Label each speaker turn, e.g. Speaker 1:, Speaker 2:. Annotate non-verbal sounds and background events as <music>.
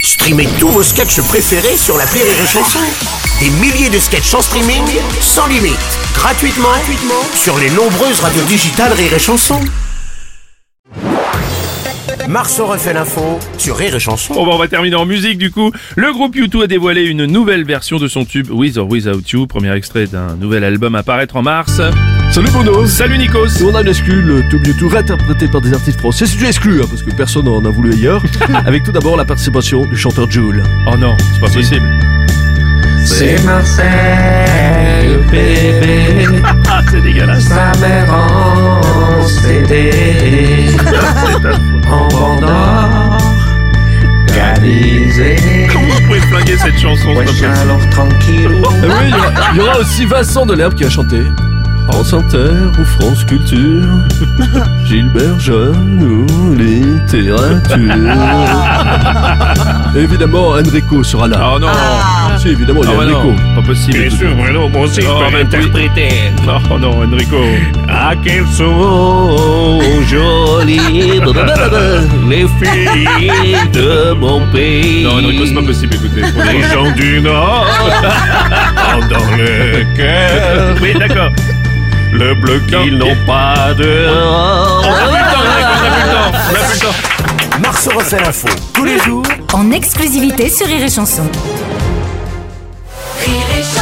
Speaker 1: Streamez tous vos sketchs préférés sur la Rire et Chanson. Des milliers de sketchs en streaming, sans limite, gratuitement, gratuitement sur les nombreuses radios digitales Rire et Chanson. Marceau refait l'info sur Rire et Chanson.
Speaker 2: Bon bah on va terminer en musique du coup. Le groupe U2 a dévoilé une nouvelle version de son tube With or Without You, premier extrait d'un nouvel album à paraître en mars.
Speaker 3: Salut Bruno Oh,
Speaker 2: Salut Nikos
Speaker 3: On a une exclu, le Tube You Tour interprété par des artistes français. C'est une exclu, hein, parce que personne n'en a voulu
Speaker 2: <laughs>
Speaker 3: ailleurs. Avec tout d'abord la participation du chanteur Jules.
Speaker 2: Oh non, c'est pas possible.
Speaker 4: C'est Marseille, bébé,
Speaker 2: Ah <laughs> c'est
Speaker 3: <laughs>
Speaker 2: dégueulasse.
Speaker 4: ma mère en CD, en bandor, galisée,
Speaker 2: Comment vous pouvez flinguer cette chanson s'il vous
Speaker 4: wesh
Speaker 2: plaît
Speaker 4: alors tranquillou.
Speaker 3: Ah oui, il y aura- il y, aura aussi Vincent Delerme qui a chanté. France Inter ou France Culture, Gilbert Jeune
Speaker 5: <laughs>
Speaker 3: ou littérature. Évidemment, Enrico sera là.
Speaker 2: Oh non
Speaker 3: Si, évidemment, il y
Speaker 2: Ah
Speaker 3: a
Speaker 2: bah
Speaker 3: Enrico.
Speaker 2: non, pas possible.
Speaker 5: Bien sûr, Bruno, moi aussi,
Speaker 2: Oh,
Speaker 5: je peux
Speaker 2: mais oui.
Speaker 5: l'interpréter.
Speaker 2: Oh non, Enrico.
Speaker 5: Ah, qu'elles sont <laughs> jolies, blablabla, les filles de mon pays.
Speaker 2: Non, Enrico, c'est pas possible, écoutez. faut
Speaker 5: <laughs> Les
Speaker 2: dire.
Speaker 5: gens du
Speaker 2: <laughs>
Speaker 5: Nord ont dans le cœur
Speaker 2: Oui, d'accord.
Speaker 5: le bleu qu'ils
Speaker 2: Non.
Speaker 5: n'ont pas Ah. de. <laughs>
Speaker 2: On a plus le temps.
Speaker 1: Marceau refait l'info tous les jours
Speaker 6: en exclusivité sur Rire et Chanson. Rire et Chanson.